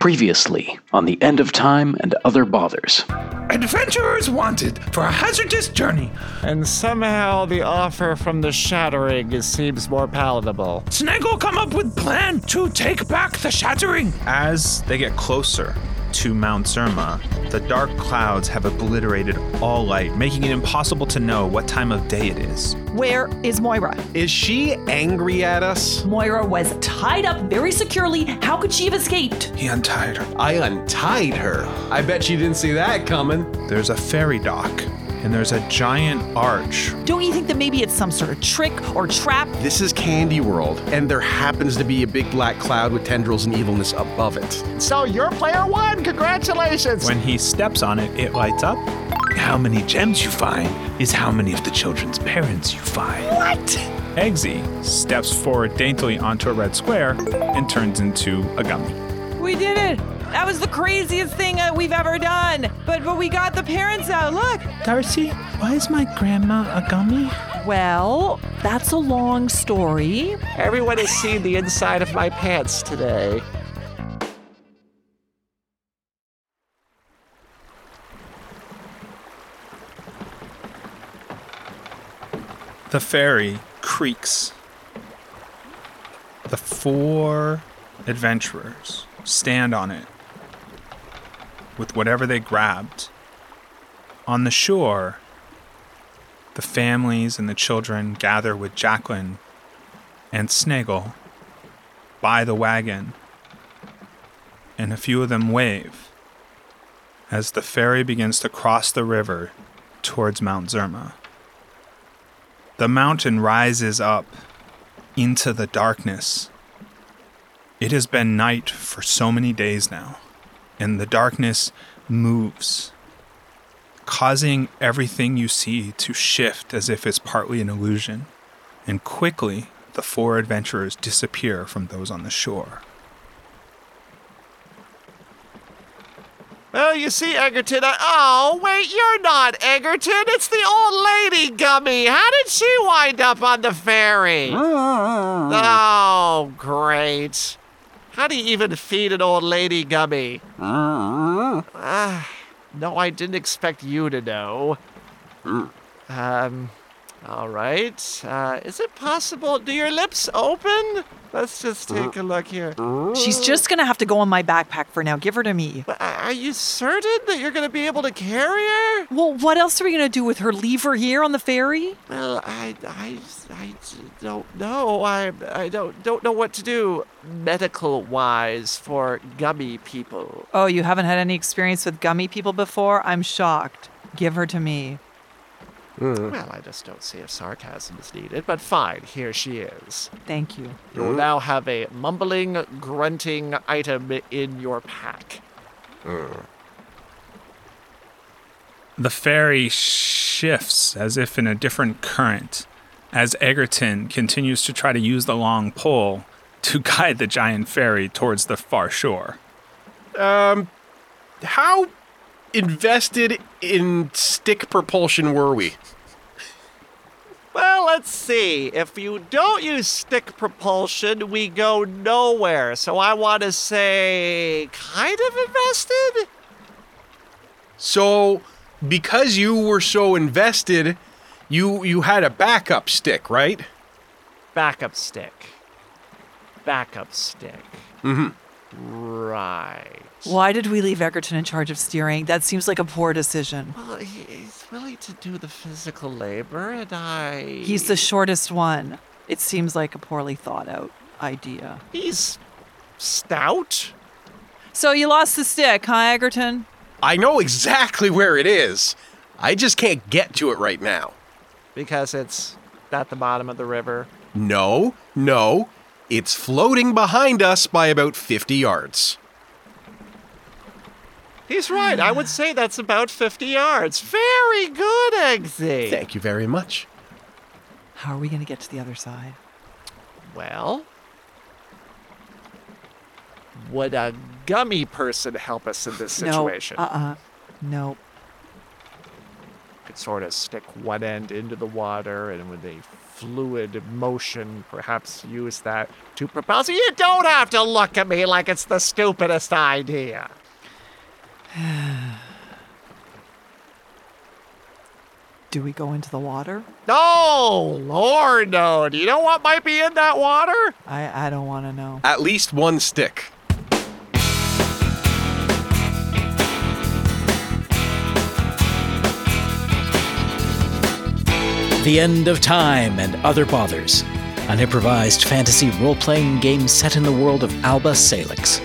Previously, on the end of time and other bothers. Adventurers wanted for a hazardous journey. And somehow the offer from the Shattering is- seems more palatable. Snaggle come up with plan to take back the shattering. As they get closer to Mount Zerma, the dark clouds have obliterated all light, making it impossible to know what time of day it is. Where is Moira? Is she angry at us? Moira was tied up very securely. How could she have escaped? He untied her. I untied her. I bet she didn't see that coming. There's a ferry dock, and there's a giant arch. Don't you think that maybe it's some sort of trick or trap? This is Candy World, and there happens to be a big black cloud with tendrils and evilness above it. So you're player one. Congratulations. When he steps on it, it lights up. How many gems you find is how many of the children's parents you find. What? Eggsy steps forward daintily onto a red square and turns into a gummy. We did it! That was the craziest thing that we've ever done. But but we got the parents out. Look. Darcy, why is my grandma a gummy? Well, that's a long story. Everyone has seen the inside of my pants today. The ferry creaks. The four adventurers stand on it with whatever they grabbed. On the shore, the families and the children gather with Jacqueline and Snaggle by the wagon, and a few of them wave as the ferry begins to cross the river towards Mount Zerma. The mountain rises up into the darkness. It has been night for so many days now, and the darkness moves, causing everything you see to shift as if it's partly an illusion. And quickly, the four adventurers disappear from those on the shore. Well, you see, Egerton, I. Oh, wait, you're not Egerton. It's the old lady gummy. How did she wind up on the ferry? oh, great. How do you even feed an old lady gummy? Ah, no, I didn't expect you to know. um, all right. Uh, is it possible? Do your lips open? Let's just take a look here. She's just gonna have to go in my backpack for now. Give her to me. But a- are you certain that you're going to be able to carry her? Well, what else are we gonna do with her? Leave her here on the ferry? Well, I, I, I don't know. I, I don't, don't know what to do medical wise for gummy people. Oh, you haven't had any experience with gummy people before? I'm shocked. Give her to me. Well, I just don't see if sarcasm is needed, but fine, here she is. Thank you. You will now have a mumbling, grunting item in your pack. The ferry shifts as if in a different current as Egerton continues to try to use the long pole to guide the giant ferry towards the far shore. How invested in stick propulsion were we? Well, let's see. If you don't use stick propulsion, we go nowhere. So I want to say, kind of invested? So, because you were so invested, you you had a backup stick, right? Backup stick. Backup stick. Mm-hmm. Right. Why did we leave Egerton in charge of steering? That seems like a poor decision. Well, he- he's willing to do the physical labor, and I. He's the shortest one. It seems like a poorly thought out idea. He's stout. So you lost the stick, huh, Egerton? I know exactly where it is. I just can't get to it right now. Because it's at the bottom of the river. No, no, It's floating behind us by about 50 yards. He's right. I would say that's about 50 yards. Very good, Eggsy. Thank you very much. How are we going to get to the other side? Well, would a gummy person help us in this situation? No. Uh-uh. No. could sort of stick one end into the water and with a fluid motion, perhaps use that to propel. So you don't have to look at me like it's the stupidest idea. Do we go into the water? No, Lord, no. Do you know what might be in that water? I, I don't want to know. At least one stick. The End of Time and Other Bothers, an improvised fantasy role playing game set in the world of Alba Salix.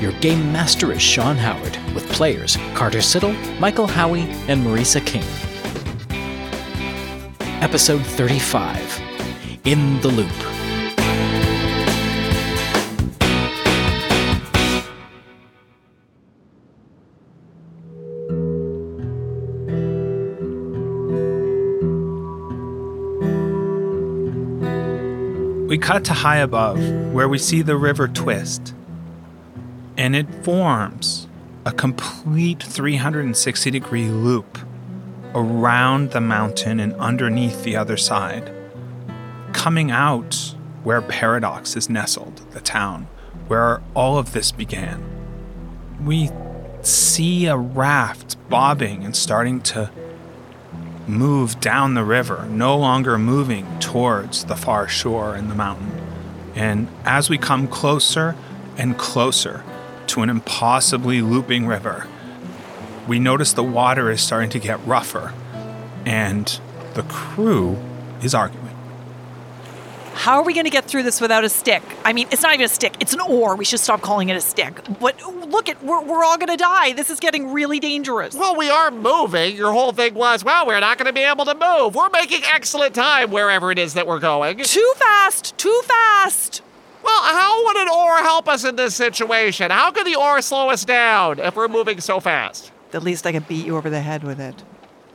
Your game master is Sean Howard, with players Carter Siddle, Michael Howie, and Marisa King. Episode 35 In the Loop. We cut to high above, where we see the river twist. And it forms a complete 360 degree loop around the mountain and underneath the other side, coming out where Paradox is nestled, the town where all of this began. We see a raft bobbing and starting to move down the river, no longer moving towards the far shore and the mountain. And as we come closer and closer to an impossibly looping river, we notice the water is starting to get rougher, and the crew is arguing. How are we going to get through this without a stick? I mean, it's not even a stick. It's an oar. We should stop calling it a stick. But look at we're, we're all going to die. This is getting really dangerous. Well, we are moving. Your whole thing was, well, we're not going to be able to move. We're making excellent time wherever it is that we're going. Too fast. Too fast. Well, how would an oar help us in this situation? How could the oar slow us down if we're moving so fast? At least I can beat you over the head with it.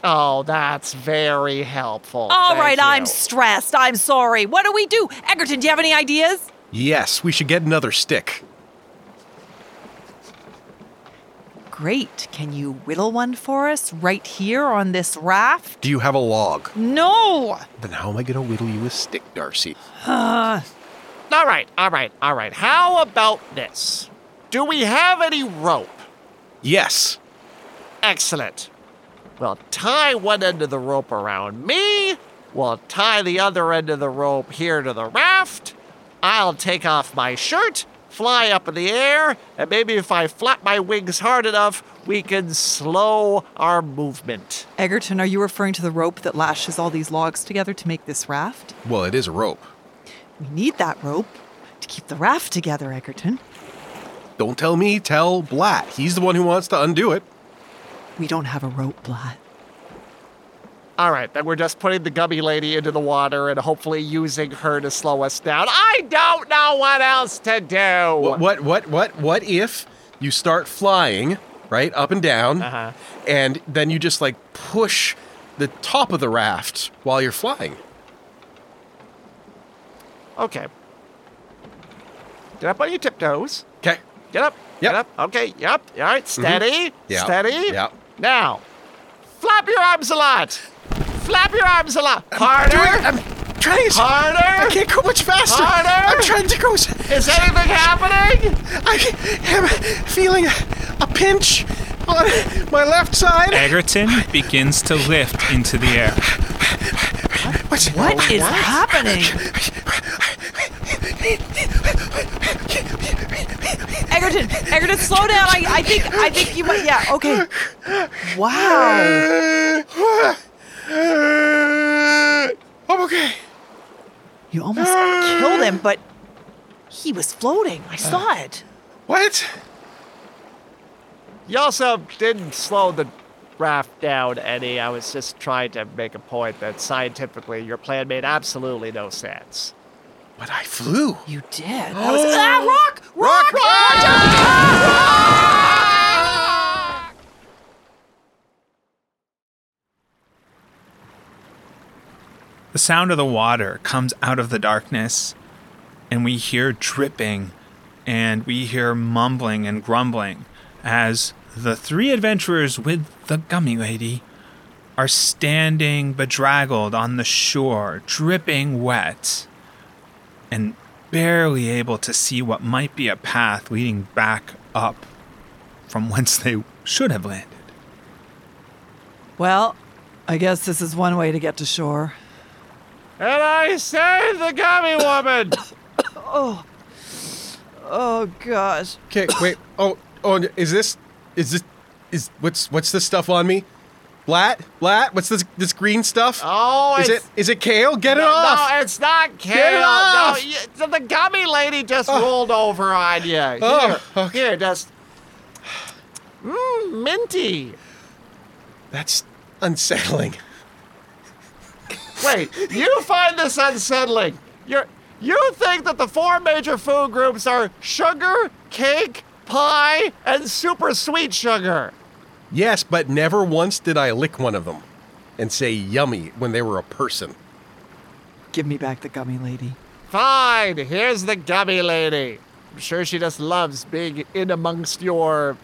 Oh, that's very helpful. All Thank right, I'm you. stressed. I'm sorry. What do we do? Egerton, do you have any ideas? Yes, we should get another stick. Great. Can you whittle one for us right here on this raft? Do you have a log? No. Then how am I going to whittle you a stick, Darcy? All right, all right, all right. How about this? Do we have any rope? Yes. Excellent. We'll tie one end of the rope around me. We'll tie the other end of the rope here to the raft. I'll take off my shirt, fly up in the air, and maybe if I flap my wings hard enough, we can slow our movement. Egerton, are you referring to the rope that lashes all these logs together to make this raft? Well, it is a rope. We need that rope to keep the raft together, Egerton. Don't tell me, tell Blatt. He's the one who wants to undo it. We don't have a rope, Blat. All right, then we're just putting the gummy lady into the water and hopefully using her to slow us down. I don't know what else to do. What, what, what, what, what if you start flying, right, up and down, Uh-huh. and then you just like push the top of the raft while you're flying? Okay. Get up on your tiptoes. Okay. Get up. Yep. Mm-hmm. Get up. Okay. Yep. All right. Steady. Yeah. Steady. Yeah. Now, flap your arms a lot. Flap your arms a lot. Harder. I'm trying to. I Harder. can't go much faster. Harder. I'm trying to go. s- Is anything happening? I am feeling a pinch on my left side. Egerton begins to lift into the air. What's, What is happening? Egerton, Egerton, slow down. I, I think I think you might yeah, okay. Wow. I'm okay. You almost killed him, but he was floating. I saw it. What? You also didn't slow the raft down any. I was just trying to make a point that scientifically your plan made absolutely no sense. But I flew. You did. That was ah, rock, Rock! The sound of the water comes out of the darkness, and we hear dripping and we hear mumbling and grumbling as the three adventurers with the gummy lady are standing bedraggled on the shore, dripping wet, and barely able to see what might be a path leading back up from whence they should have landed. Well, I guess this is one way to get to shore. And I saved the gummy woman. Oh gosh. Okay, wait. Oh, oh, is this, is this, is what's what's this stuff on me? Blat, blat. What's this this green stuff? Oh, is it it's- is it kale? Get it no, off! it's not it kale. No, off. you, the- the gummy lady just rolled over on you. Here, Oh, okay. here, just. Mmm, minty. That's unsettling. Wait, you find this unsettling. You're, you think that the four major food groups are sugar, cake, pie, and super sweet sugar. Yes, but never once did I lick one of them, and say yummy when they were a person. Give me back the gummy lady. Fine, here's the gummy lady. I'm sure she just loves being in amongst your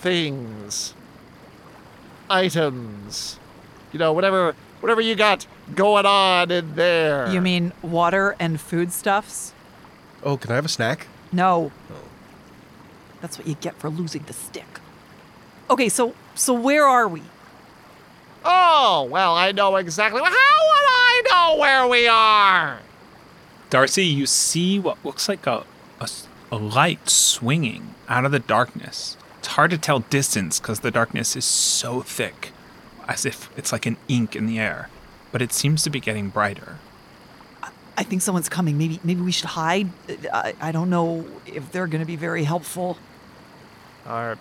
things. Items. You know, whatever whatever you got going on in there. You mean water and foodstuffs? Oh, can I have a snack? No. That's what you get for losing the stick. Okay, so so where are we? Oh, well, I know exactly. Well, how would I know where we are? Darcy, you see what looks like a, a s- a light swinging out of the darkness. It's hard to tell distance because the darkness is so thick, as if it's like an ink in the air. But it seems to be getting brighter. I think someone's coming. Maybe maybe we should hide. Uh, I, I don't know if they're going to be very helpful. Or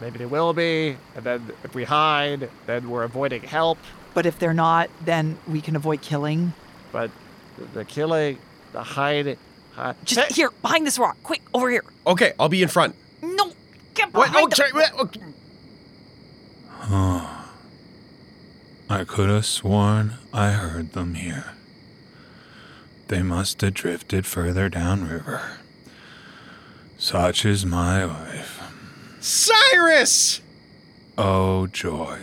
maybe they will be, and then if we hide, then we're avoiding help. But if they're not, then we can avoid killing. But the- the killing, the hiding. hi- Just Hey, here, behind this rock, quick, over here. Okay, I'll be in front. No, get What? behind. Oh, the- try- what? Okay. I could have sworn I heard them here. They must have drifted further downriver. Such is my life. Cyrus! Oh, joy.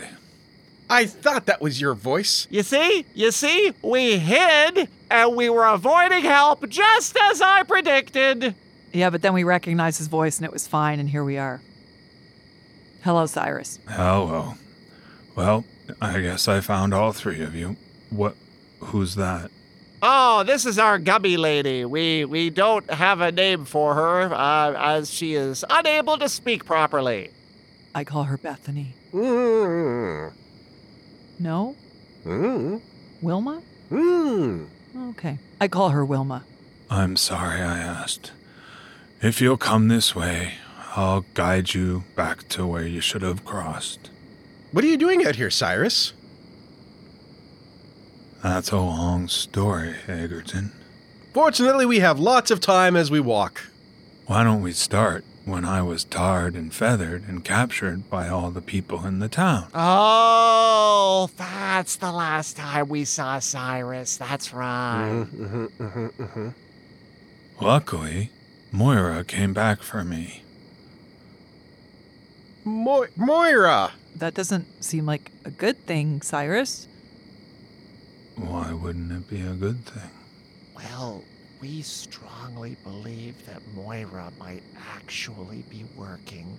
I thought that was your voice. You see? You see? We hid and we were avoiding help just as I predicted. Yeah, but then we recognized his voice and it was fine, and here we are. Hello, Cyrus. Hello. Well, I guess I found all three of you. What? Who's that? Oh, this is our gummy lady. We we don't have a name for her uh, as she is unable to speak properly. I call her Bethany. Mmm. No? Mmm. Wilma? Mmm. Okay. I call her Wilma. I'm sorry I asked. If you'll come this way, I'll guide you back to where you should have crossed. What are you doing out here, Cyrus? That's a long story, Egerton. Fortunately, we have lots of time as we walk. Why don't we start when I was tarred and feathered and captured by all the people in the town? Oh, that's the last time we saw Cyrus. That's right. Luckily, Moira came back for me. Mo- Moira! That doesn't seem like a good thing, Cyrus. Why wouldn't it be a good thing? Well, we strongly believe that Moira might actually be working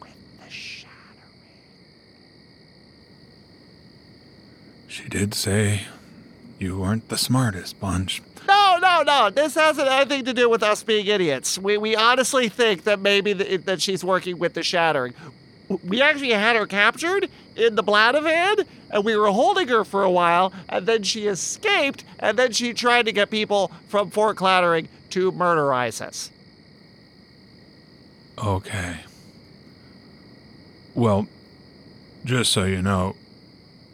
with the shattering. She did say you weren't the smartest bunch. No, no, no. This hasn't anything to do with us being idiots. We, we honestly think that maybe th- that she's working with the Shattering. We actually had her captured in the Bladavan, and we were holding her for a while, and then she escaped, and then she tried to get people from Fort Clattering to murderize us. Okay. Well, just so you know,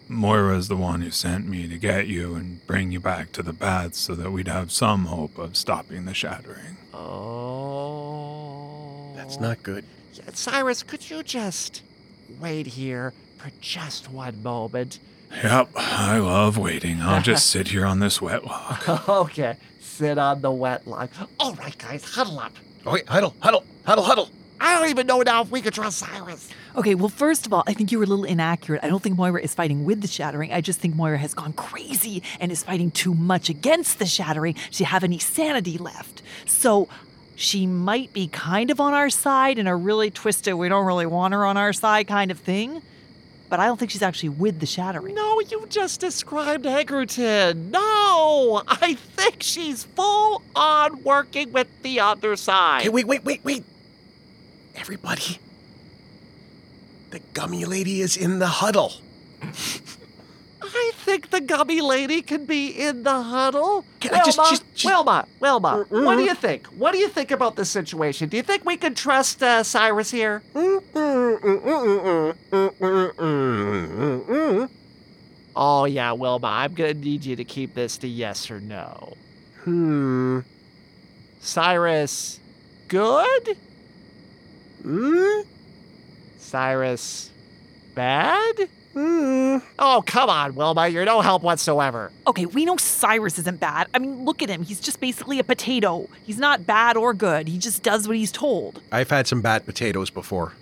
Moira's the one who sent me to get you and bring you back to the path so that we'd have some hope of stopping the shattering. Oh. That's not good. Yeah, Cyrus, could you just wait here for just one moment? Yep, I love waiting. I'll just sit here on this wet log. okay, sit on the wet log. All right, guys, huddle up. Oh, wait, huddle, huddle, huddle, huddle. I don't even know now if we could trust Cyrus. Okay, well, first of all, I think you were a little inaccurate. I don't think Moira is fighting with the shattering. I just think Moira has gone crazy and is fighting too much against the shattering to have any sanity left. So she might be kind of on our side in a really twisted, we don't really want her on our side kind of thing. But I don't think she's actually with the shattering. No, you just described Egerton. No, I think she's full on working with the other side. Hey, wait, wait, wait, wait. Everybody. The gummy lady is in the huddle. I think the gummy lady can be in the huddle. Can I Wilma, just- just- just- Wilma, Wilma, what do you think? What do you think about this situation? Do you think we can trust uh, Cyrus here? Oh yeah, Wilma, I'm gonna need you to keep this to yes or no. Hmm. Cyrus, good. Hmm? Cyrus, bad. Hmm. Oh come on, Wilma, you're no help whatsoever. Okay, we know Cyrus isn't bad. I mean, look at him. He's just basically a potato. He's not bad or good. He just does what he's told. I've had some bad potatoes before.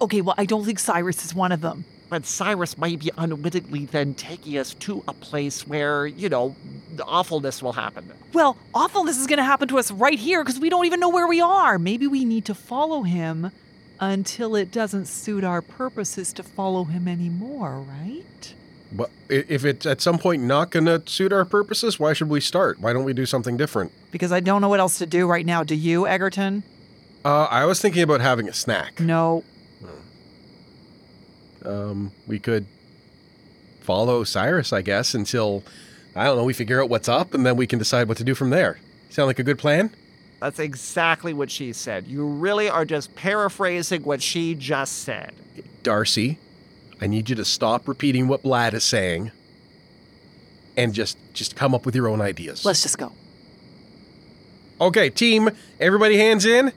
Okay, well, I don't think Cyrus is one of them. But Cyrus might be unwittingly then taking us to a place where, you know, the awfulness will happen. Well, awfulness is going to happen to us right here because we don't even know where we are. Maybe we need to follow him until it doesn't suit our purposes to follow him anymore, right? But i- if it's at some point not going to suit our purposes, why should we start? Why don't we do something different? Because I don't know what else to do right now. Do you, Egerton? Uh, I was thinking about having a snack. No. Um, we could follow Cyrus, I guess, until I don't know. We figure out what's up, and then we can decide what to do from there. Sound like a good plan? That's exactly what she said. You really are just paraphrasing what she just said. Darcy, I need you to stop repeating what Vlad is saying, and just just come up with your own ideas. Let's just go. Okay, team, everybody, hands in.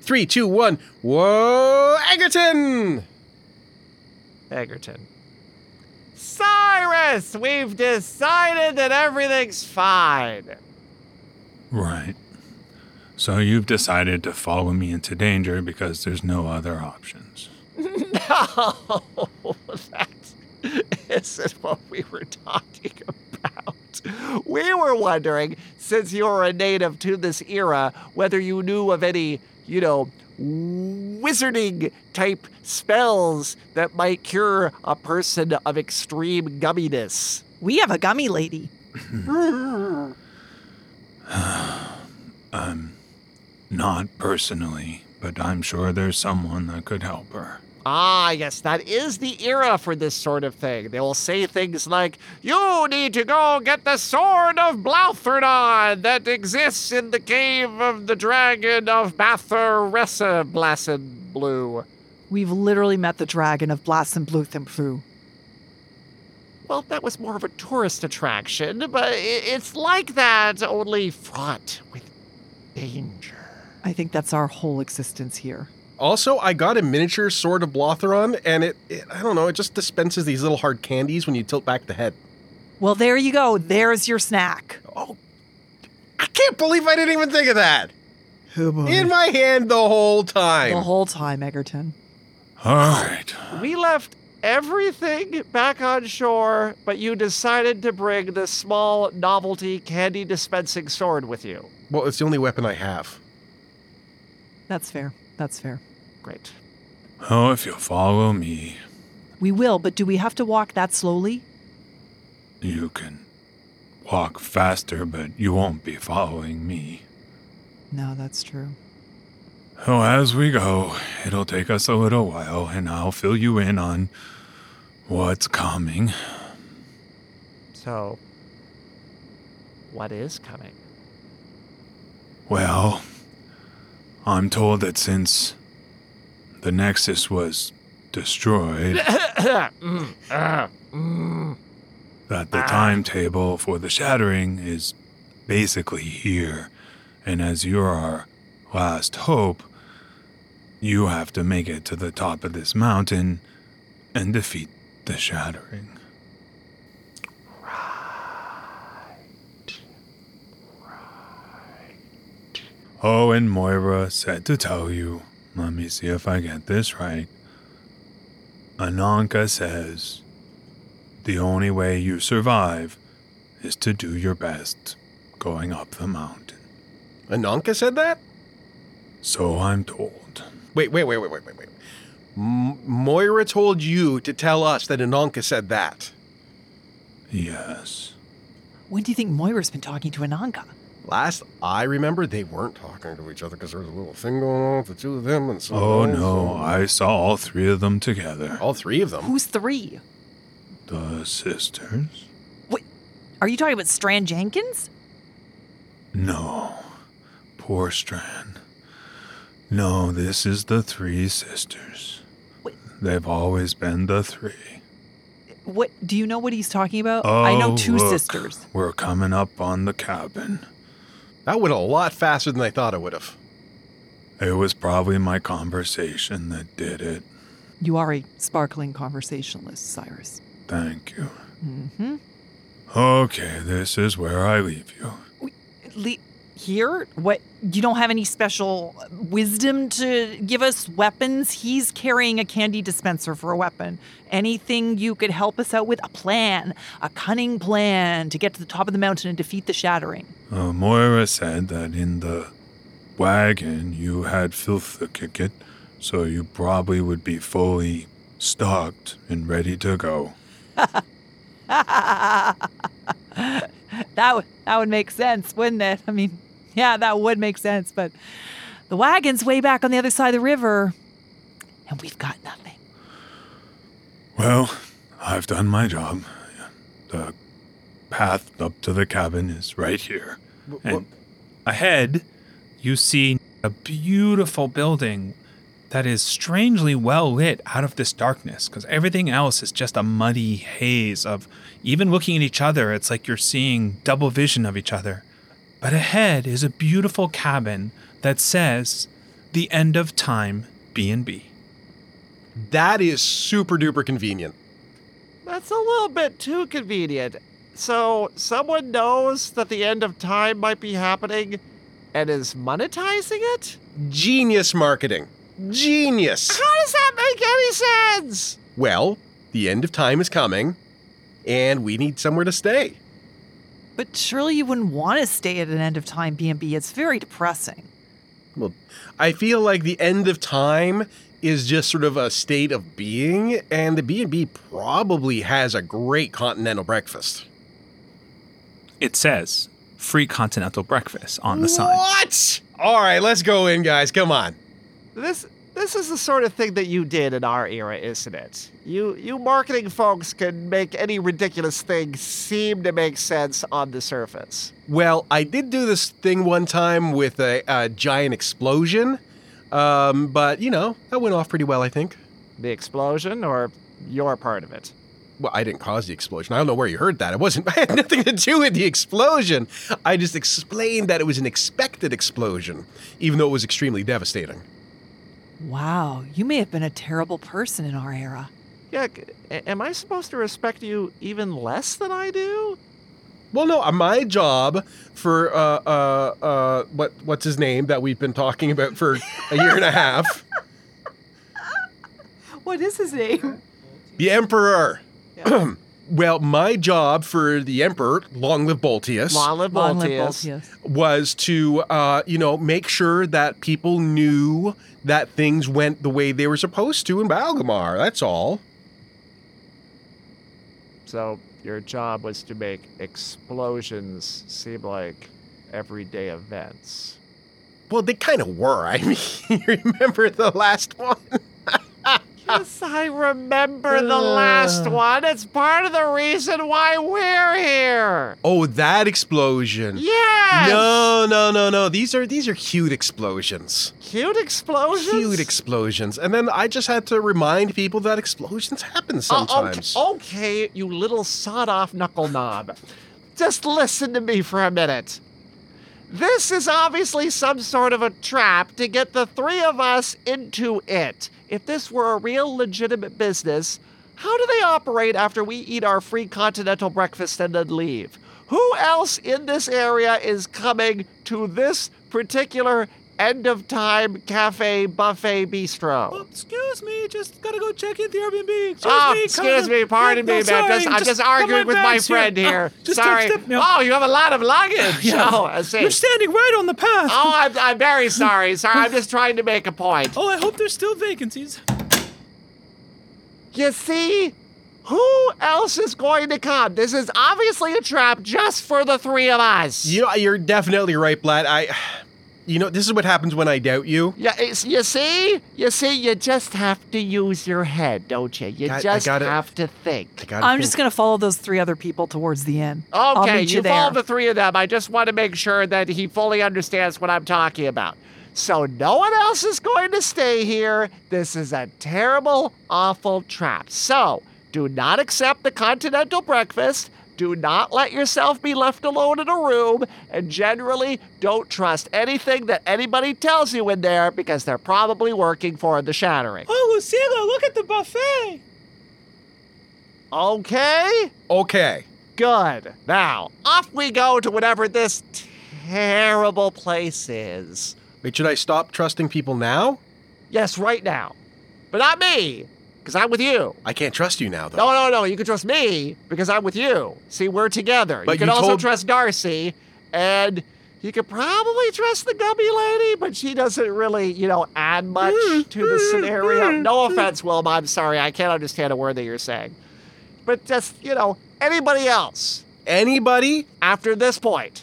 Three, two, one. Whoa, Egerton! Egerton. Cyrus, we've decided that everything's fine. Right. So you've decided to follow me into danger because there's no other options. No, that isn't what we were talking about. We were wondering, since you're a native to this era, whether you knew of any, you know, wizarding type spells that might cure a person of extreme gumminess. We have a gummy lady. Um, not personally, but I'm sure there's someone that could help her. Ah, yes, that is the era for this sort of thing. They will say things like, You need to go get the sword of Blatherdon that exists in the cave of the dragon of Batharessa Blasted Blue. We've literally met the dragon of Blossom Bluthenfru. Well, that was more of a tourist attraction, but i- it's like that, only fraught with danger. I think that's our whole existence here. Also, I got a miniature sword of Blotheron, and it, it I don't know, it just dispenses these little hard candies when you tilt back the head. Well, there you go. There's your snack. I can't believe I didn't even think of that. In my hand the whole time. The whole time, Egerton. All right. We left everything back on shore, but you decided to bring this small novelty candy dispensing sword with you. well, it's the only weapon I have. That's fair. That's fair. Great. Oh, if you'll follow me, We will, but do we have to walk that slowly? you can walk faster, but you won't be following me. No, that's true. Oh, as we go, it'll take us a little while, and I'll fill you in on what's coming. So, what is coming? Well, I'm told that since the Nexus was destroyed, Mm, ah, mm. that the timetable for the shattering is basically here. And as you're our last hope, you have to make it to the top of this mountain and defeat the shattering. Oh, and Moira said to tell you. Let me see if I get this right. Ananka says the only way you survive is to do your best going up the mountain. Ananka said that? So I'm told. Wait, wait, wait, wait, wait, wait, wait. M- Moira told you to tell us that Ananka said that. Yes. When do you think Moira's been talking to Ananga? Last I remember, they weren't talking to each other because there was a little thing going on with the two of them and so. Oh no, I saw all three of them together. All three of them. Who's three? The sisters? Wait, are you talking about Strand Jenkins? No. Poor Stran. No, this is the three sisters. Wait. They've always been the three. What do you know what he's talking about? Uh, Oh, I know two look, sisters. We're coming up on the cabin. That went a lot faster than I thought it would have. It was probably my conversation that did it. You are a sparkling conversationalist, Cyrus. Thank you. Mm-hmm. Okay, this is where I leave you. Le- here? What? You don't have any special wisdom to give us weapons? He's carrying a candy dispenser for a weapon. Anything you could help us out with? A plan, a cunning plan to get to the top of the mountain and defeat the shattering. Uh, Moira said that in the wagon you had filth to kick it, so you probably would be fully stocked and ready to go. that would that would make sense, wouldn't it? I mean, yeah, that would make sense. But the wagon's way back on the other side of the river, and we've got nothing. Well, I've done my job. The path up to the cabin is right here. And ahead, you see a beautiful building that is strangely well lit out of this darkness because everything else is just a muddy haze of even looking at each other, it's like you're seeing double vision of each other. But ahead is a beautiful cabin that says the end of time B&B. That is super duper convenient. That's a little bit too convenient. So, someone knows that the end of time might be happening and is monetizing it? Genius marketing. Genius. How does that make any sense? Well, the end of time is coming, and we need somewhere to stay. But surely you wouldn't want to stay at an end of time B and B. It's very depressing. Well, I feel like the end of time is just sort of a state of being, and the B&B probably has a great continental breakfast. It says free continental breakfast on the sign. What? All right, let's go in, guys. Come on. This this is the sort of thing that you did in our era, isn't it? You you marketing folks can make any ridiculous thing seem to make sense on the surface. Well, I did do this thing one time with a, a giant explosion, um, but you know that went off pretty well, I think. The explosion or your part of it. Well, I didn't cause the explosion. I don't know where you heard that. It wasn't. I had nothing to do with the explosion. I just explained that it was an expected explosion, even though it was extremely devastating. Wow, you may have been a terrible person in our era. Yeah, c- a- am I supposed to respect you even less than I do? Well, no, uh, my job for uh, uh, uh, what what's his name that we've been talking about for a year and a half, What is his name? the Emperor. well, my job for the Emperor, long live Boltius, Long live Long live Boltius. Boltius. was to uh, you know make sure that people knew that things went the way they were supposed to in Balgamar. That's all. So your job was to make explosions seem like everyday events. Well, they kind of were. I mean, you remember the last one? yes, I remember the last one. It's part of the reason why we're here. Oh, that explosion. Yes. No, no, no, no. These are these are cute explosions. Cute explosions. Cute explosions. And then I just had to remind people that explosions happen Oh, okay- sometimes. okay, you little sawed off knuckle knob. Just listen to me for a minute. This is obviously some sort of a trap to get the three of us into it. If this were a real legitimate business, how do they operate after we eat our free continental breakfast and then leave? Who else in this area is coming to this particular end of time cafe buffet bistro? Excuse me, just gotta go check in the Airbnb. Excuse oh, me, come excuse on. me, pardon No, me, man. sorry, Just, I'm just got arguing with my bags here. friend Uh, here. just don't sorry. step- no. Oh, you have a lot of luggage. Yeah. Oh, I see. You're standing right on the path. Oh, I'm, I'm very sorry. Sorry, I'm just trying to make a point. Oh, I hope there's still vacancies. You see, who else is going to come? This is obviously a trap just for the three of us. You know, you're definitely right, Blatt. I you know, this is what happens when I doubt you. Yeah, it's, you see, you see, you just have to use your head, don't you? You Got- I just gotta- have to I think. gotta I'm think. just going to follow those three other people towards the end. I'll Okay, meet you you've there. all the three of them. I just want to make sure that he fully understands what I'm talking about. So no one else is going to stay here. This is a terrible, awful trap. So do not accept the continental breakfast. Do not let yourself be left alone in a room. And generally, don't trust anything that anybody tells you in there because they're probably working for the shattering. Oh, Lucilla, look at the buffet. Okay? Okay. Good. Now, off we go to whatever this terrible place is. Wait, should I stop trusting people now? Yes, right now. But not me, because I'm with you. I can't trust you now though. No, no, no. You can trust me because I'm with you. See, we're together. But you can you also told- trust Darcy, and you could probably trust the gummy lady, but she doesn't really, you know, add much Mm, to the scenario. No offense, Wilma. I'm sorry. I can't understand a word that you're saying. But just, you know, anybody else Anybody? after this point.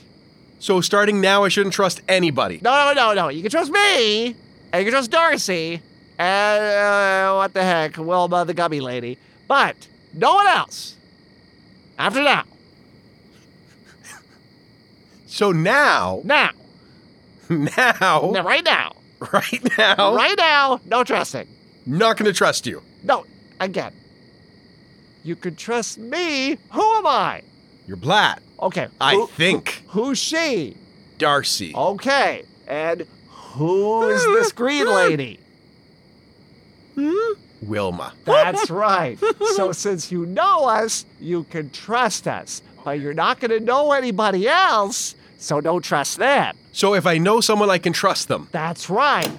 So starting now I shouldn't trust anybody. No, no, no, no. You can trust me, and you can trust Darcy, and uh, what the heck, Wilma the Gummy Lady. But no one else. After now. So now, Now. now, Now, Right now. right now, Right now, no trusting. not going to trust you. No, again. You can trust me. Who am I? You're Blatt. Okay. I who- Oh. think Who's she? Darcy. Okay. And who is this green lady? Wilma. That's right. So since you know us, you can trust us. But you're not going to know anybody else, so don't trust them. So if I know someone, I can trust them. That's right.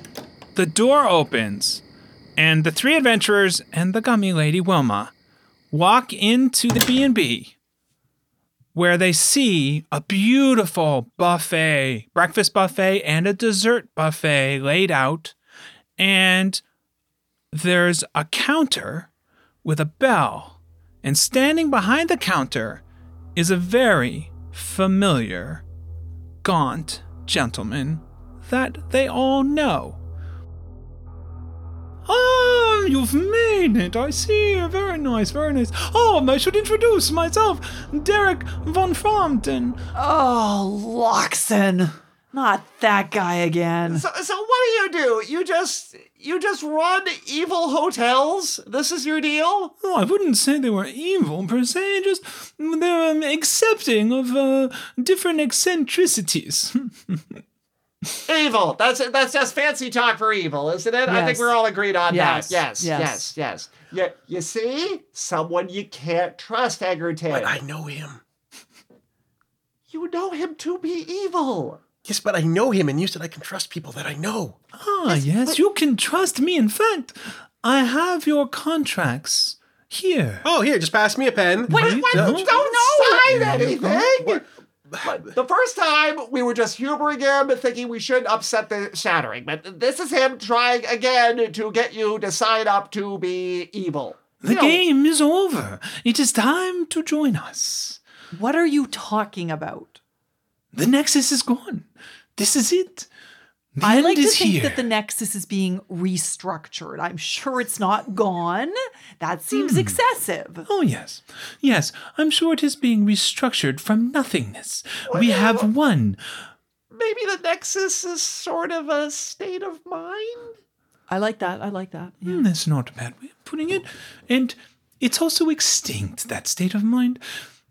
The door opens, and the three adventurers and the gummy lady Wilma walk into the B&B where they see a beautiful buffet, breakfast buffet and a dessert buffet laid out, and there's a counter with a bell, and standing behind the counter is a very familiar gaunt gentleman that they all know. Oh, you've made it. I see. Very nice, very nice. Oh, I should introduce myself, Derek von Frampton. Oh, Loxon. Not that guy again. So, so what do you do? You just you just run evil hotels? This is your deal? Oh, I wouldn't say they were evil per se, just they're um, accepting of uh, different eccentricities. Evil. That's that's just fancy talk for evil, isn't it? I think Yes. we're all agreed on Yes, that. Yes. yes. Yes. Yes. You, you see? Someone you can't trust, Egerton. But I know him. You know him to be evil. Yes, but I know him, and you said I can trust people that I know. ah, yes, you can trust me. In fact, I have your contracts here. Oh, here, just pass me a pen. Wait, Why don't you sign anything? The first time we were just humoring him, thinking we shouldn't upset the shattering, but this is him trying again to get you to sign up to be evil. The You know, game is over. It is time to join us. What are you talking about? The Nexus is gone. This is it. The I end like to is think here. that the Nexus is being restructured. I'm sure it's not gone. That seems excessive. Oh, yes. Yes, I'm sure it is being restructured from nothingness. We have one. Maybe the Nexus is sort of a state of mind? I like that. I like that. Hmm, that's not a bad way of putting it. And it's also extinct, that state of mind.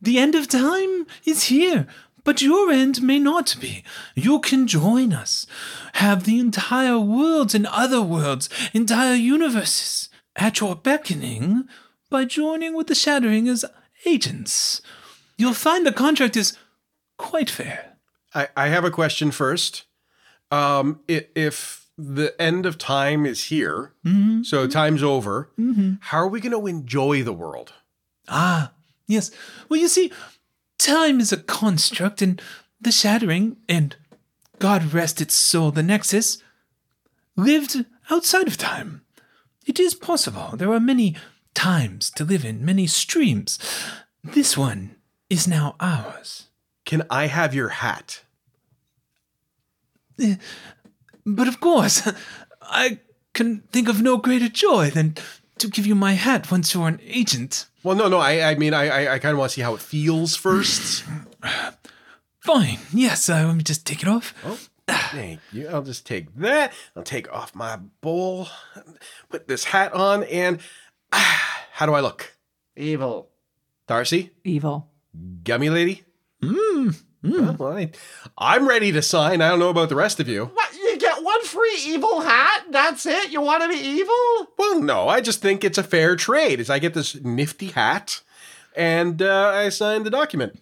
The end of time is here, but your end may not be. You can join us, have the entire worlds and other worlds, entire universes at your beckoning by joining with the Shattering as agents. You'll find the contract is quite fair. I, I have a question first. Um, i- if the end of time is here, so time's over, how are we going to enjoy the world? Ah, yes. Well, you see, time is a construct, and the Shattering, and God rest its soul, the Nexus, lived outside of time. It is possible. There are many times to live in, many streams. This one is now ours. Can I have your hat? Eh, But of course, I can think of no greater joy than to give you my hat once you're an agent. Well, no, no. I, I mean, I, I, I kind of want to see how it feels first. Fine. Yes, uh, let me just take it off. Thank you. I'll just take that. I'll take off my bowl, put this hat on, and ah, how do I look? Evil. Darcy? Evil. Gummy lady? Mmm. Well, I, I'm ready to sign. I don't know about the rest of you. What? You get one free evil hat? That's it? You want to be evil? Well, no, I just think it's a fair trade. Is I get this nifty hat, and uh, I sign the document.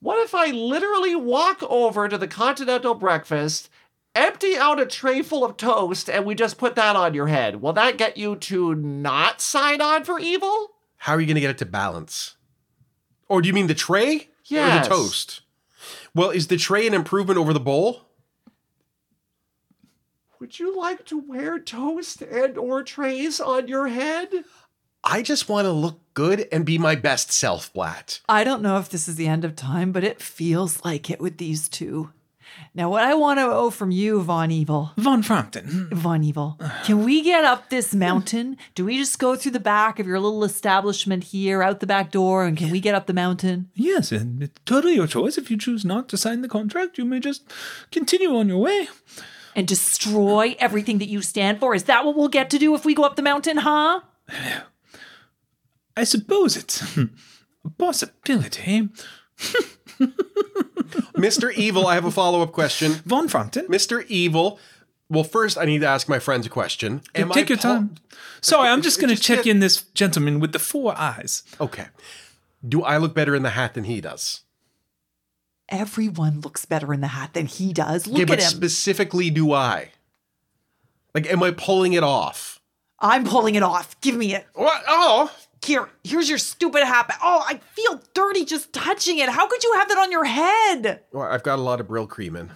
What if I literally walk over to the Continental Breakfast, empty out a tray full of toast, and we just put that on your head? Will that get you to not sign on for evil? How are you going to get it to balance? Or do you mean the tray? Yes. Or the toast? Well, is the tray an improvement over the bowl? Would you like to wear toast and or trays on your head? I just want to look good and be my best self, Blatt. I don't know if this is the end of time, but it feels like it with these two. Now, what I want to owe from you, Von Evil, Von Frampton, Mm. Von Evil, can we get up this mountain? Do we just go through the back of your little establishment here, out the back door, and can we get up the mountain? Yes, and it's totally your choice. If you choose not to sign the contract, you may just continue on your way. And destroy everything that you stand for? Is that what we'll get to do if we go up the mountain, huh? I suppose it's a possibility. Mr. Evil, I have a follow up question. Von Frampton, Mr. Evil, well, first I need to ask my friends a question. Am I take your pol- time. Sorry, I'm just going to just check get- in this gentleman with the four eyes. Okay. Do I look better in the hat than he does? Everyone looks better in the hat than he does. Look yeah, at but him. specifically, do I? Like, am I pulling it off? I'm pulling it off. Give me it. What? Oh, Here, here's your stupid hat. ba- Oh, I feel dirty just touching it. How could you have that on your head? Well, I've got a lot of Brill cream in.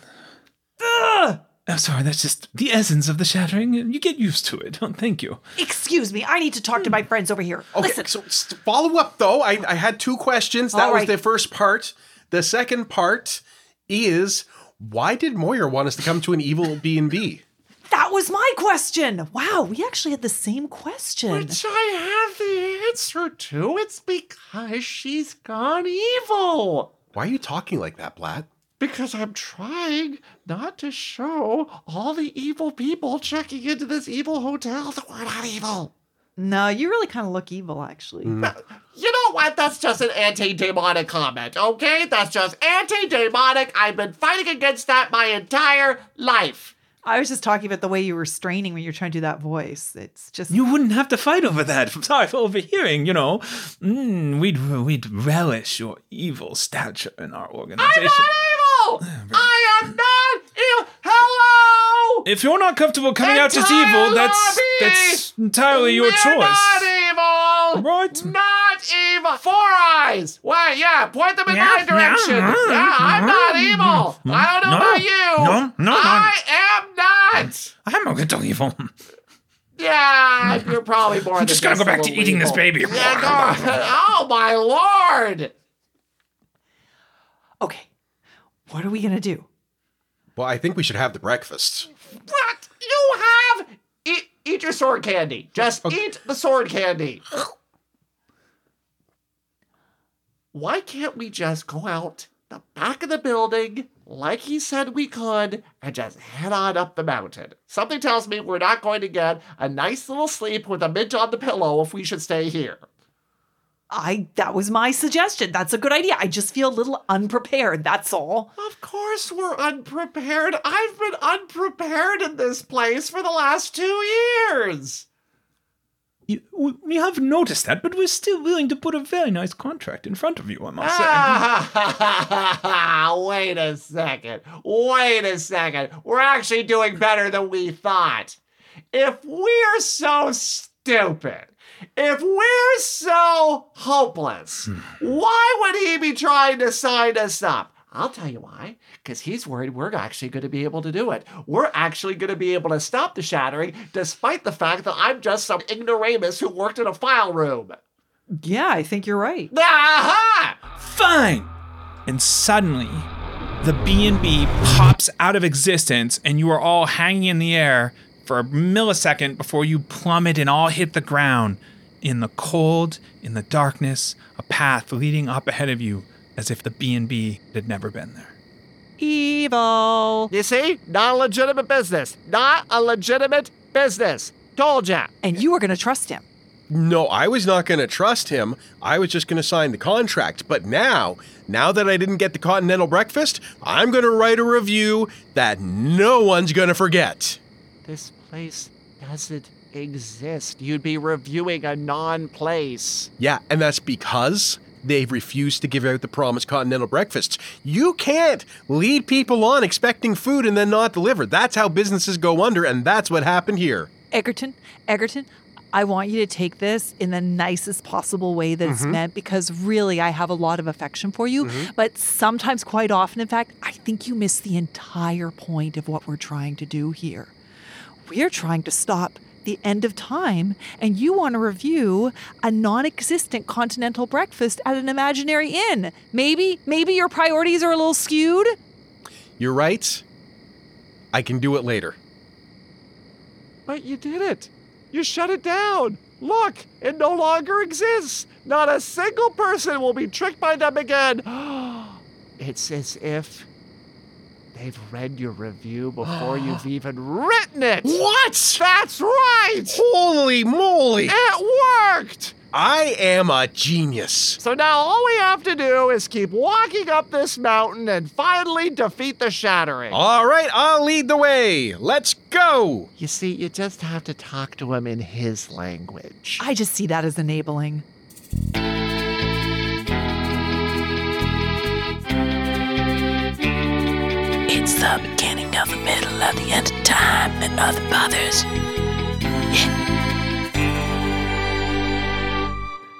I'm Ugh! Oh, sorry, that's just the essence of the shattering. You get used to it. Oh, Thank you. Excuse me, I need to talk to my friends over here. Okay, Listen, so s- follow up though. I, I had two questions. That All was right. the first part. The second part is why did Moyer want us to come to an evil B and B? that was my question. Wow, we actually had the same question. Which I have the answer to. It's because she's gone evil. Why are you talking like that, Blatt? Because I'm trying not to show all the evil people checking into this evil hotel that we're not evil. No, you really kind of look evil, actually. You know what? That's just an anti demonic comment, okay? That's just anti demonic. I've been fighting against that my entire life. I was just talking about the way you were straining when you're trying to do that voice. It's just You wouldn't have to fight over that. I'm sorry for overhearing, you know. Mm, we'd, we'd relish your evil stature in our organization. Evil! I am not evil! Hello! If you're not comfortable coming out as Entire evil, that's lobby! that's entirely your We're choice. Oh, Not evil! Right. Not evil! Four eyes! Why, yeah, point them in Yeah, my direction! yeah, Yeah, mm, I'm mm, not evil! mm, I don't know no, about you! no, no, no. I am not! I'm not going to evil. Yeah, you're probably more. I'm just gonna go back to eating this baby. oh my lord! okay. What are we gonna do? Well, I think we should have the breakfast. What? You have? Eat, eat your sword candy. Just eat the sword candy. Why can't we just go out the back of the building like he said we could and just head on up the mountain? Something tells me we're not going to get a nice little sleep with a mint on the pillow if we should stay here. I that was my suggestion. That's a good idea. I just feel a little unprepared. That's all. Of course we're unprepared. I've been unprepared in this place for the last two years. You, we- we have noticed that, but we're still willing to put a very nice contract in front of you, I must say. Ah. Wait a second. Wait a second. We're actually doing better than we thought. If we're so stupid, if we're so hopeless, why would he be trying to sign us up? I'll tell you why. Because he's worried we're actually going to be able to do it. We're actually going to be able to stop the shattering, despite the fact that I'm just some ignoramus who worked in a file room. Yeah, I think you're right. Aha! Fine. And suddenly, the B&B pops out of existence and you are all hanging in the air for a millisecond before you plummet and all hit the ground in the cold, in the darkness, a path leading up ahead of you as if the B&B had never been there. Evil. You see? Not a legitimate business. Not a legitimate business. Told ya. And you were going to trust him. No, I was not going to trust him. I was just going to sign the contract. But now, now that I didn't get the continental breakfast, I'm going to write a review that no one's going to forget. This place doesn't exist. You'd be reviewing a non place. Yeah, and that's because they've refused to give out the promised continental breakfasts. You can't lead people on expecting food and then not deliver. That's how businesses go under, and that's what happened here. Egerton, Egerton, I want you to take this in the nicest possible way that it's Mhm. meant because really I have a lot of affection for you. Mhm. But sometimes, quite often, in fact, I think you miss the entire point of what we're trying to do here. We're trying to stop the end of time, and you want to review a non existent continental breakfast at an imaginary inn. Maybe, maybe your priorities are a little skewed. You're right. I can do it later. But you did it. You shut it down. Look, it no longer exists. Not a single person will be tricked by them again. it's as if they've read your review before you've even written it. What? That's right. Holy moly! It worked. I am a genius. So now all we have to do is keep walking up this mountain and finally defeat the shattering. All right, I'll lead the way. Let's go. You see, you just have to talk to him in his language. I just see that as enabling. It's the beginning of the middle of the end of time and other bothers.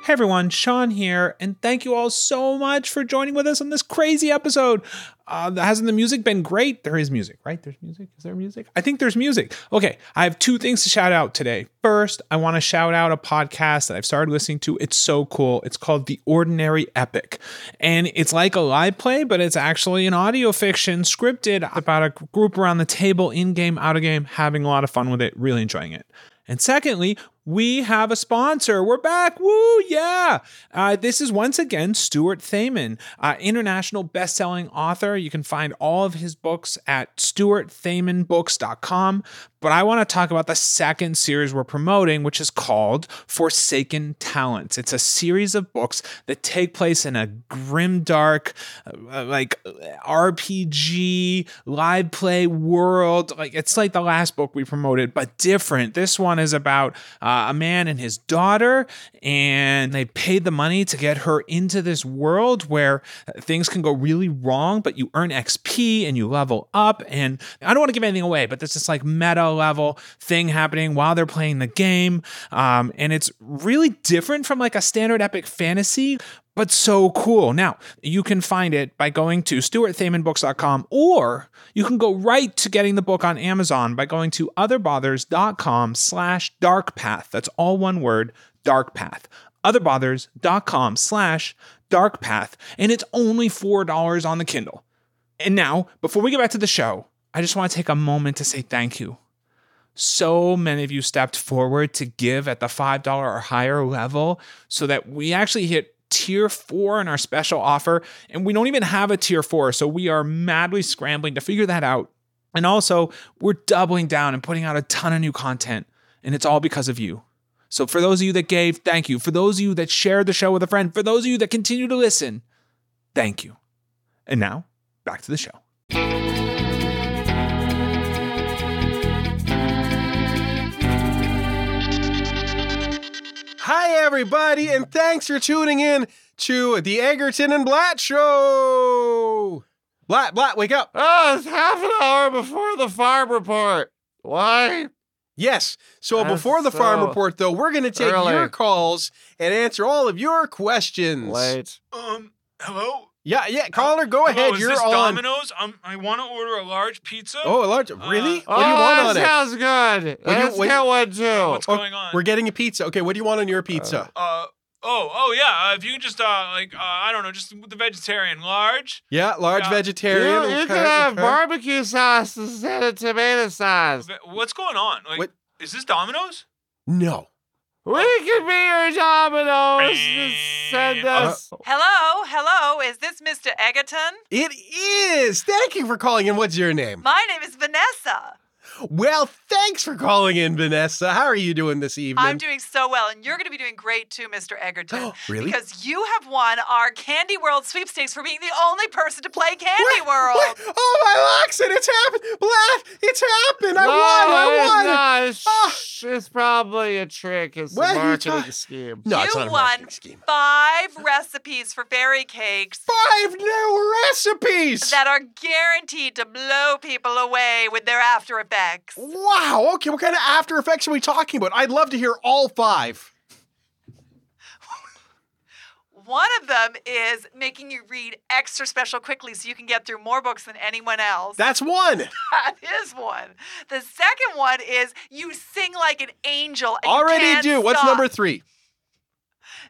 Hey everyone, Sean here, and thank you all so much for joining with us on this crazy episode. Uh, hasn't the music been great? There is music, right? There's music. Is there music? I think there's music. Okay, I have two things to shout out today. First, I want to shout out a podcast that I've started listening to. It's so cool. It's called The Ordinary Epic, and it's like a live play, but it's actually an audio fiction scripted about a group around the table, in game, out of game, having a lot of fun with it, really enjoying it. And secondly, we have a sponsor. We're back. Woo! Yeah. Uh, this is once again Stuart Thaman, uh, international best-selling author. You can find all of his books at stuartthamanbooks.com. But I want to talk about the second series we're promoting, which is called Forsaken Talents. It's a series of books that take place in a grim, dark, uh, like RPG live play world. Like it's like the last book we promoted, but different. This one is about uh, a man and his daughter, and they paid the money to get her into this world where uh, things can go really wrong, but you earn XP and you level up. And I don't want to give anything away, but there's this like meta level thing happening while they're playing the game, um, and it's really different from like a standard epic fantasy but so cool. Now, you can find it by going to stuartthamanbooks.com or you can go right to getting the book on Amazon by going to otherbothers.com slash darkpath. That's all one word, darkpath. otherbothers.com slash darkpath. And it's only $4 on the Kindle. And now, before we get back to the show, I just want to take a moment to say thank you. So many of you stepped forward to give at the $5 or higher level so that we actually hit tier four in our special offer. And we don't even have a tier four. So we are madly scrambling to figure that out. And also, we're doubling down and putting out a ton of new content. And it's all because of you. So for those of you that gave, thank you. For those of you that shared the show with a friend, for those of you that continue to listen, thank you. And now, back to the show. Hi, everybody, and thanks for tuning in to the Egerton and Blatt Show. Blatt, Blatt, wake up. Oh, it's half an hour before the farm report. Why? Yes. So That's before the farm so report, though, we're going to take early. your calls and answer all of your questions. Wait. Um, hello? Yeah, yeah. Caller, Oh, go Hello, ahead. Oh, is You're this on. Domino's? Um, I want to order a large pizza. Oh, a large. Really? Uh, what do you Oh, want that on it? sounds good. What do you- Let's what- get one too. What's going on? We're getting a pizza. Okay, what do you want on your pizza? Uh, oh, oh yeah. Uh, if you can just uh, like uh, I don't know, just the vegetarian large. yeah, large yeah. vegetarian. You, you okay, can have okay. barbecue sauce instead of tomato Oh. sauce. Ve- What's going on? Like, is this Domino's? No. We can be your Domino's. Just Uh, send us. Hello, hello. Is this Mr. Egerton? It is. Thank you for calling in. What's your name? My name is Vanessa. Well, thanks for calling in, Vanessa. How are you doing this evening? I'm doing so well, and you're going to be doing great too, Mr. Egerton. Really? Because you have won our Candy World sweepstakes for being the only person to play Candy World. What? Oh my Loxon, it's happened! Blat, it's happened! I won! I won! it's, it's probably a trick. It's What ah. are a you marketing talk- scheme. No, it's you not a won five recipes for fairy cakes Five new recipes! that are guaranteed to blow people away with their after effects. wow, okay, what kind of After Effects are we talking about? I'd love to hear all five. One of them is making you read extra special quickly so you can get through more books than anyone else. That's one! That is one. The second one is you sing like an angel. And you Already can't do. What's stop. number three?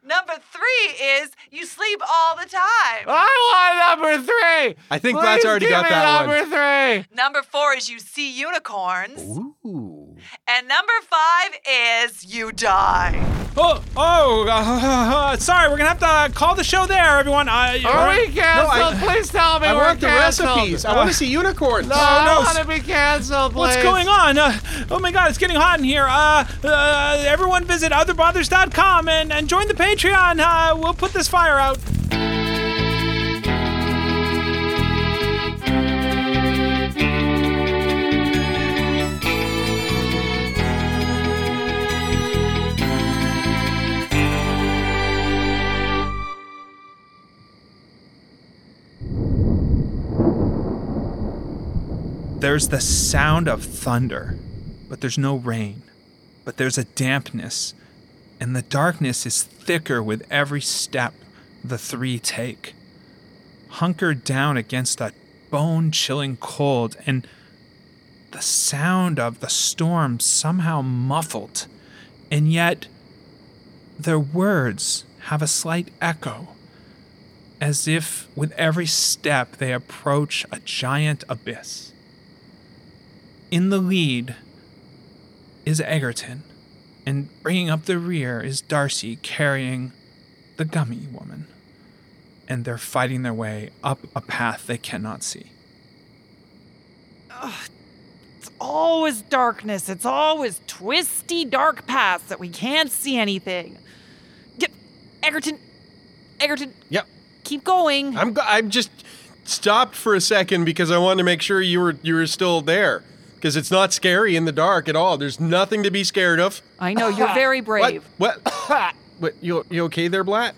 Number three is you sleep all the time. Ah! I want number three. I think Please Blatt's already give got me that number one. three. Number four is you see unicorns. Ooh. And number five is you die. Oh, oh, uh, sorry. We're gonna have to call the show there, everyone. Oh, Uh, Are we canceled? I- Please tell me I we're want the canceled. recipes. I want to see unicorns. No, I no. want to be canceled, please. What's going on? Uh, oh my God, it's getting hot in here. Uh, uh, everyone, visit otherbothers.com and, and join the Patreon. Uh, we'll put this fire out. There's the sound of thunder, but there's no rain. But there's a dampness, and the darkness is thicker with every step the three take. Hunkered down against a bone chilling cold, and the sound of the storm somehow muffled, and yet their words have a slight echo as if with every step they approach a giant abyss. In the lead is Egerton, and bringing up the rear is Darcy carrying the gummy woman. And they're fighting their way up a path they cannot see. always darkness. It's always twisty, dark paths that we can't see anything. Yep. Egerton. Egerton. Yep. Ah. Keep going. I'm go- I'm just stopped for a second because I wanted to make sure you were you were still there because it's not scary in the dark at all. There's nothing to be scared of. I know you're very brave. What? what? You you okay there, Blatt?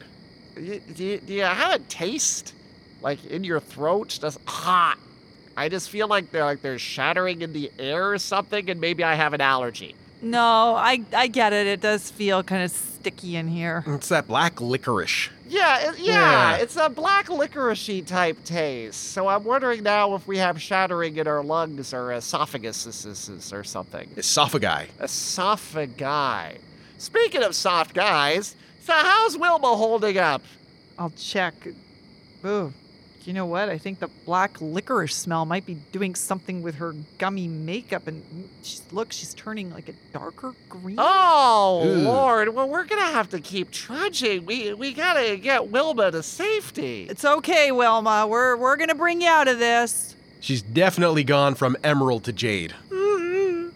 Y- Do you, do you have a taste? Like in your throat? Just hot. I just feel like they're like they're shattering in the air or something, and maybe I have an allergy. No, I I get it. It does feel kind of sticky in here. It's that black licorice. Yeah, it, yeah, Yeah. it's a black licoricey type taste. So I'm wondering now if we have shattering in our lungs or esophaguses or something. Esophagi. Esophagi. Speaking of soft guys, so how's Wilma holding up? I'll check. Ooh. like, you know what? I think the black licorice smell might be doing something with her gummy makeup. And she's, look, she's turning like a darker green. Oh Lord! Well, we're gonna have to keep trudging. We we gotta get Wilma to safety. It's okay, Wilma. We're we're gonna bring you out of this. She's definitely gone from emerald to jade mm-hmm.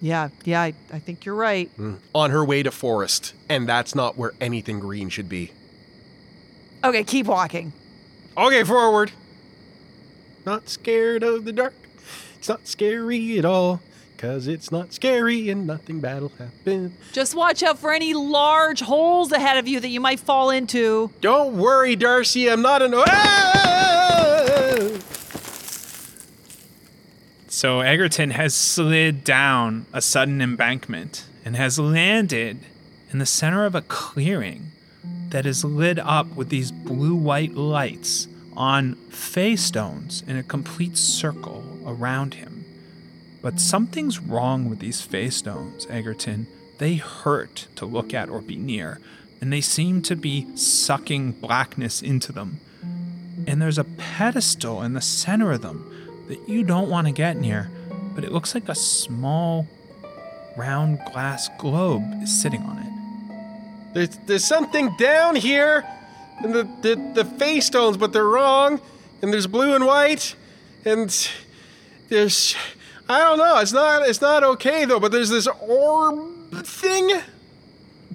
Yeah, yeah, I, I think you're right. mm, on her way to forest, and that's not where anything green should be. Okay, keep walking. Okay, forward. Not scared of the dark. It's not scary at all, because it's not scary and nothing bad'll happen. Just watch out for any large holes ahead of you that you might fall into. Don't worry, Darcy, I'm not an. Ah! So Egerton has slid down a sudden embankment and has landed in the center of a clearing that is lit up with these blue white lights on fey stones in a complete circle around him. But something's wrong with these fey stones, Egerton. They hurt to look at or be near, and they seem to be sucking blackness into them and there's a pedestal in the center of them that you don't want to get near, but it looks like a small round glass globe is sitting on it. There's, there's something down here. And the, the, the face stones, but they're wrong. And there's blue and white. And there's. I don't know. It's not it's not okay though, but there's this orb thing.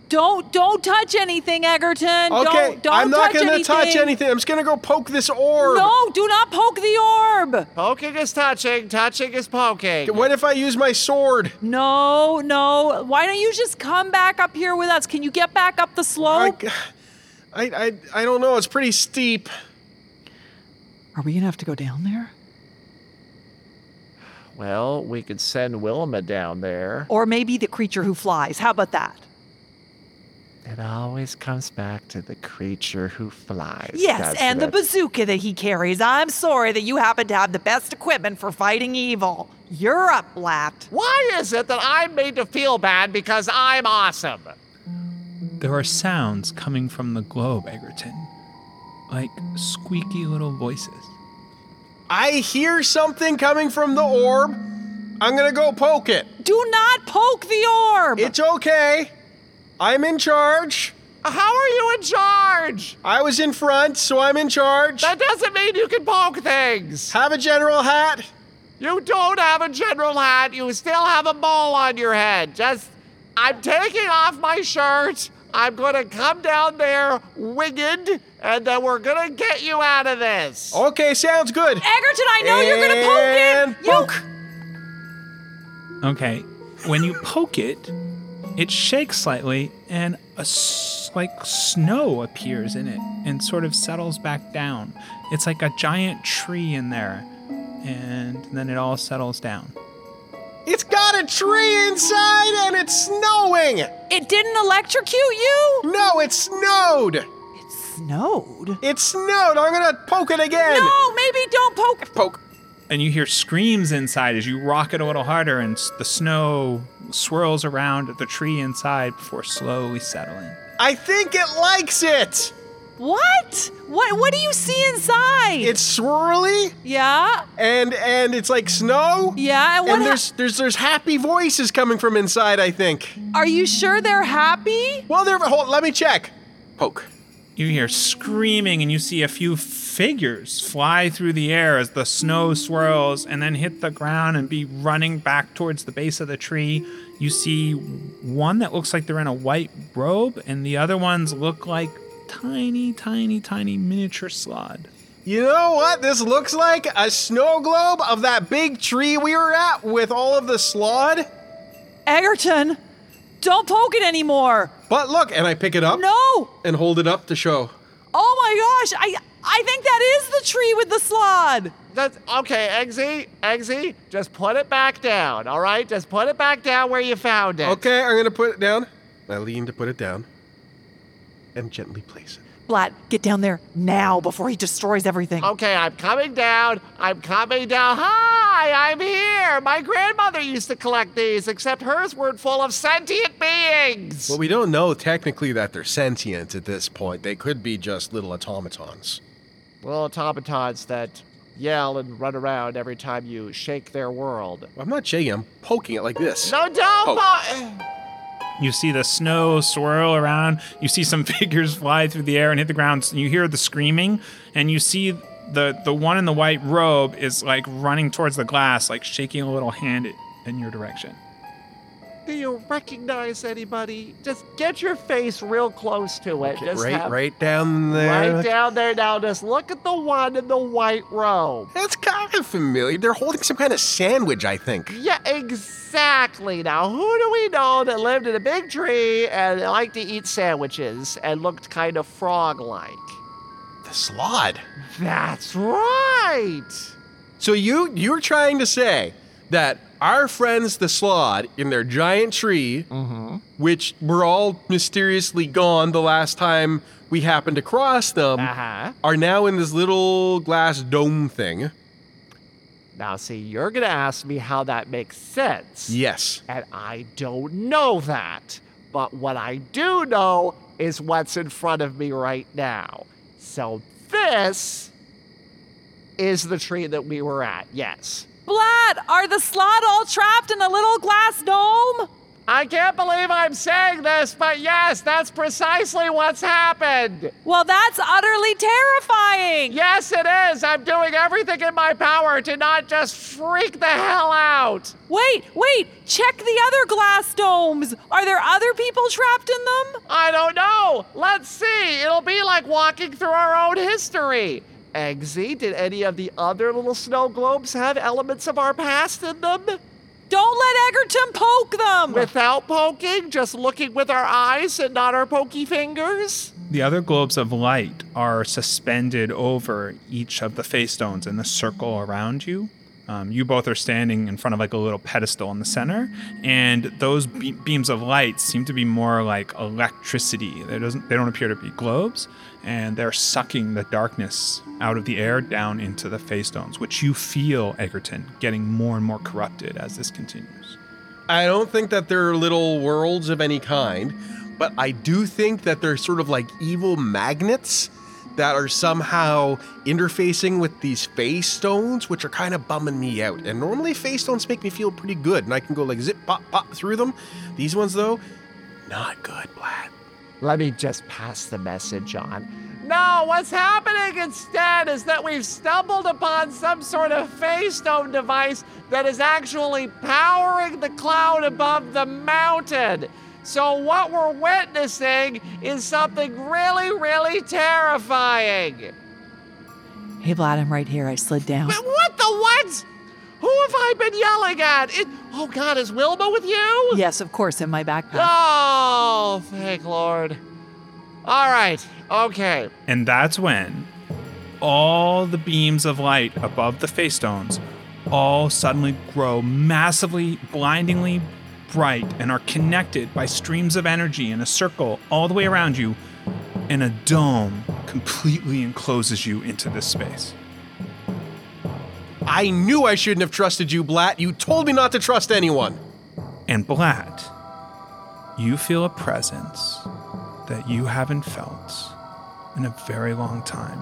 Don't don't touch anything, Egerton. Okay, don't, don't I'm not touch gonna anything. touch anything. I'm just gonna go poke this orb. No, do not poke the orb. Poking is touching. Touching is poking. What if I use my sword? No, no. Why don't you just come back up here with us? Can you get back up the slope? I I I don't know. It's pretty steep. Are we going to have to go down there? Well, we could send Wilma down there. Or maybe the creature who flies. How about that? It always comes back to the creature who flies. Yes, doesn't and the it? bazooka that he carries. I'm sorry that you happen to have the best equipment for fighting evil. You're up, Lat. Why is it that I'm made to feel bad because I'm awesome? There are sounds coming from the globe, Egerton, like squeaky little voices. I hear something coming from the orb. I'm gonna go poke it. Do not poke the orb. It's okay. I'm in charge. How are you in charge? I was in front, so I'm in charge. That doesn't mean you can poke things. Have a general hat. You don't have a general hat. You still have a mole on your head. Just, I'm taking off my shirt. I'm going to come down there winged, and then we're going to get you out of this. Okay, sounds good. Egerton, Oh. I know you're gonna poke it. You- Okay, when you poke it, it shakes slightly and a s- like snow appears in it and sort of settles back down. It's like a giant tree in there, and then it all settles down. It's got a tree inside and it's snowing. It didn't electrocute you? No, it snowed. It snowed? It snowed. I'm going to poke it again. No, maybe don't poke. Poke. and you hear screams inside as you rock it a little harder, and s- the snow swirls around at the tree inside before slowly settling. I think it likes it. What? What? What do you see inside? It's swirly yeah. and and it's like snow. Yeah, and what and ha- there's there's there's happy voices coming from inside, I think. Are you sure they're happy? Well, there hold let me check. Poke. You hear screaming, and you see a few figures fly through the air as the snow swirls and then hit the ground and be running back towards the base of the tree. You see one that looks like they're in a white robe, and the other ones look like tiny, tiny, tiny miniature slod. You know what this looks like? A snow globe of that big tree we were at with all of the slod. Egerton, don't poke it anymore. But look, and I pick it up No. and hold it up to show. Oh my gosh. I I think that is the tree with the slod. That's, okay, Eggsy, Eggsy, just put it back down, all right? Just put it back down where you found it. Okay, I'm gonna put it down. I lean to put it down and gently place it. Blat, get down there now before he destroys everything. Um, Okay, I'm coming down. I'm coming down. Hi, I'm here. My grandmother used to collect these, except hers weren't full of sentient beings. Well, we don't know technically that they're sentient at this point. They could be just little automatons. little automatons that yell and run around every time you shake their world. I'm not shaking, I'm poking it like this. No, don't! Oh. po- You see the snow swirl around. You see some figures fly through the air and hit the ground. You hear the screaming, and you see the the one in the white robe is like running towards the glass, like shaking a little hand i- in your direction. Do you recognize anybody? Just get your face real close to it. Just Right, have- right down there. Right down there now. Just look at the one in the white robe. That's kind of familiar. They're holding some kind of sandwich, I think. Yeah, exactly. Now, who do we know that lived in a big tree and liked to eat sandwiches and looked kind of frog like? The slod. That's right. So you you're trying to say that our friends the slod in their giant tree, which were all mysteriously gone the last time we happened to cross them, Ah. are now in this little glass dome thing. Now, see, you're going to ask me how that makes sense. Yes. And I don't know that. But what I do know is what's in front of me right now. So this is the tree that we were at. Yes. Vlad, are the slot all trapped in a little glass dome? I can't believe I'm saying this, but yes, that's precisely what's happened. Well, that's utterly terrifying. Yes, it is. I'm doing everything in my power to not just freak the hell out. Wait, wait, check the other glass domes. Are there other people trapped in them? I don't know. Let's see. It'll be like walking through our own history. Eggsy, did any of the other little snow globes have elements of our past in them? Don't let Egerton poke them! Without poking, just looking with our eyes and not our pokey fingers? The other globes of light are suspended over each of the face stones in the circle around you. Um, you both are standing in front of like a little pedestal in the center, and those be- beams of light seem to be more like electricity. There doesn't they don't appear to be globes, and they're sucking the darkness out of the air down into the face stones, which you feel, Egerton, getting more and more corrupted as this continues. I don't think that they're little worlds of any kind, but I do think that they're sort of like evil magnets that are somehow interfacing with these face stones, which are kind of bumming me out. And normally face stones make me feel pretty good, and I can go like zip pop pop through them. These ones though, not good, Black. Let me just pass the message on. No, what's happening instead is that we've stumbled upon some sort of face stone device that is actually powering the cloud above the mountain. So, what we're witnessing is something really, really terrifying. Hey, Vlad, I'm right here. I slid down. But what the what? Who have I been yelling at? It, oh, God, is Wilma with you? Yes, of course, in my backpack. Oh, thank Lord. All right, okay. And that's when all the beams of light above the face stones all suddenly grow massively, blindingly bright and are connected by streams of energy in a circle all the way around you, and a dome completely encloses you into this space. I knew I shouldn't have trusted you, Blatt. You told me not to trust anyone. And Blatt, you feel a presence that you haven't felt in a very long time.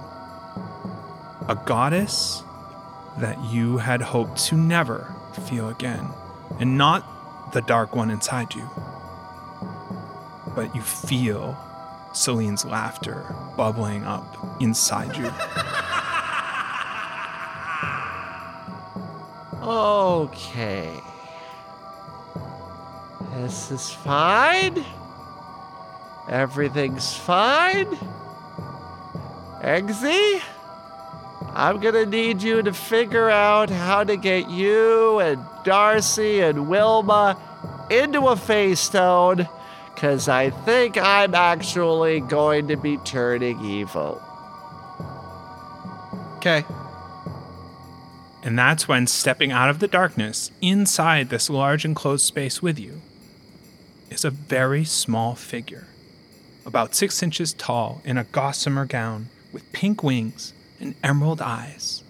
A goddess that you had hoped to never feel again, and not the dark one inside you. But you feel Celine's laughter bubbling up inside you. Okay. This is fine. Everything's fine. Eggsy, I'm gonna need you to figure out how to get you and Darcy and Wilma into a face stone, because I think I'm actually going to be turning evil. Okay. And that's when stepping out of the darkness inside this large enclosed space with you is a very small figure, about six inches tall in a gossamer gown with pink wings and emerald eyes,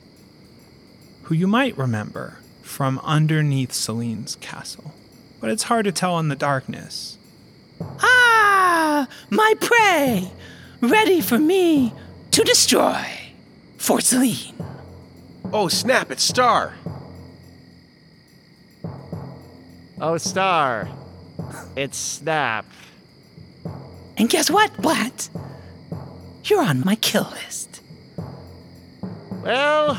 who you might remember from underneath Celine's castle. But it's hard to tell in the darkness. Ah, my prey, ready for me to destroy. For Celine. Oh, snap, it's Star. Oh, Star. It's Snap. And guess what, Blatt? You're on my kill list. Well,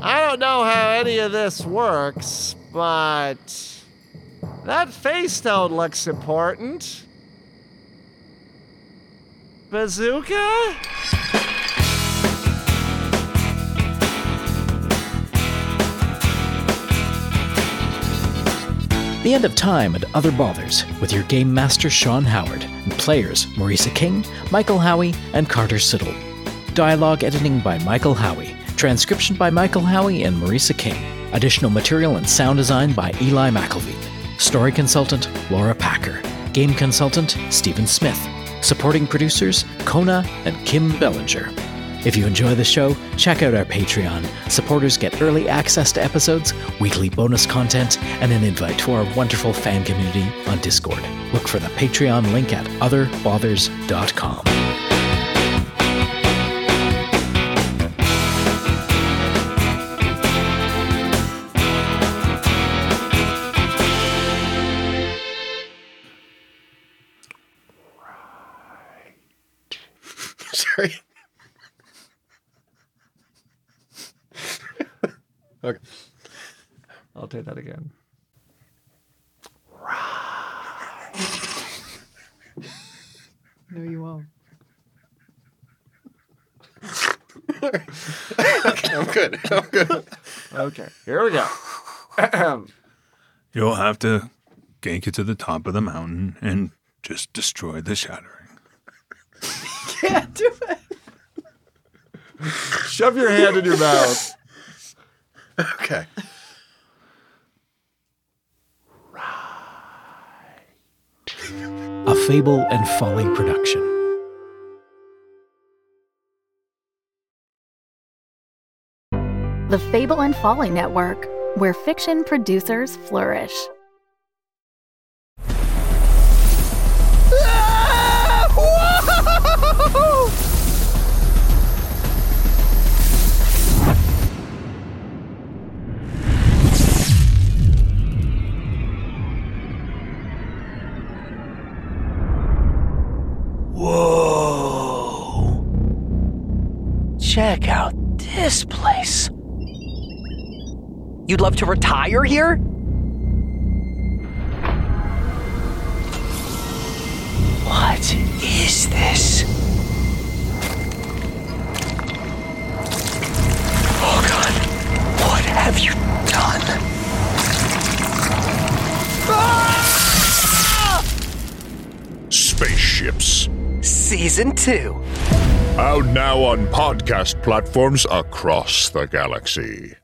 I don't know how any of this works, but that face stone looks important. Bazooka? The End of Time and Other Bothers with your Game Master Sean Howard and players Marisa King, Michael Howie, and Carter Siddle. Dialogue editing by Michael Howie, transcription by Michael Howie and Marisa King. Additional material and sound design by Eli McElveen. Story consultant Laura Packer. Game consultant Stephen Smith. Supporting producers Kona and Kim Bellinger. If you enjoy the show, check out our Patreon. Supporters get early access to episodes, weekly bonus content, and an invite to our wonderful fan community on Discord. Look for the Patreon link at otherbothers.com. Sorry. okay. I'll do that again. No, you won't. okay, I'm good. I'm good. Okay, here we go. You'll have to gank it to the top of the mountain and just destroy the shattering. Can't do it. Shove your hand in your mouth. Okay. A Fable and Folly production. The Fable and Folly Network, where fiction producers flourish. Whoa! Check out this place. You'd love to retire here? What is this? Oh god, what have you done? Spaceships. Season 2. Out now on podcast platforms across the galaxy.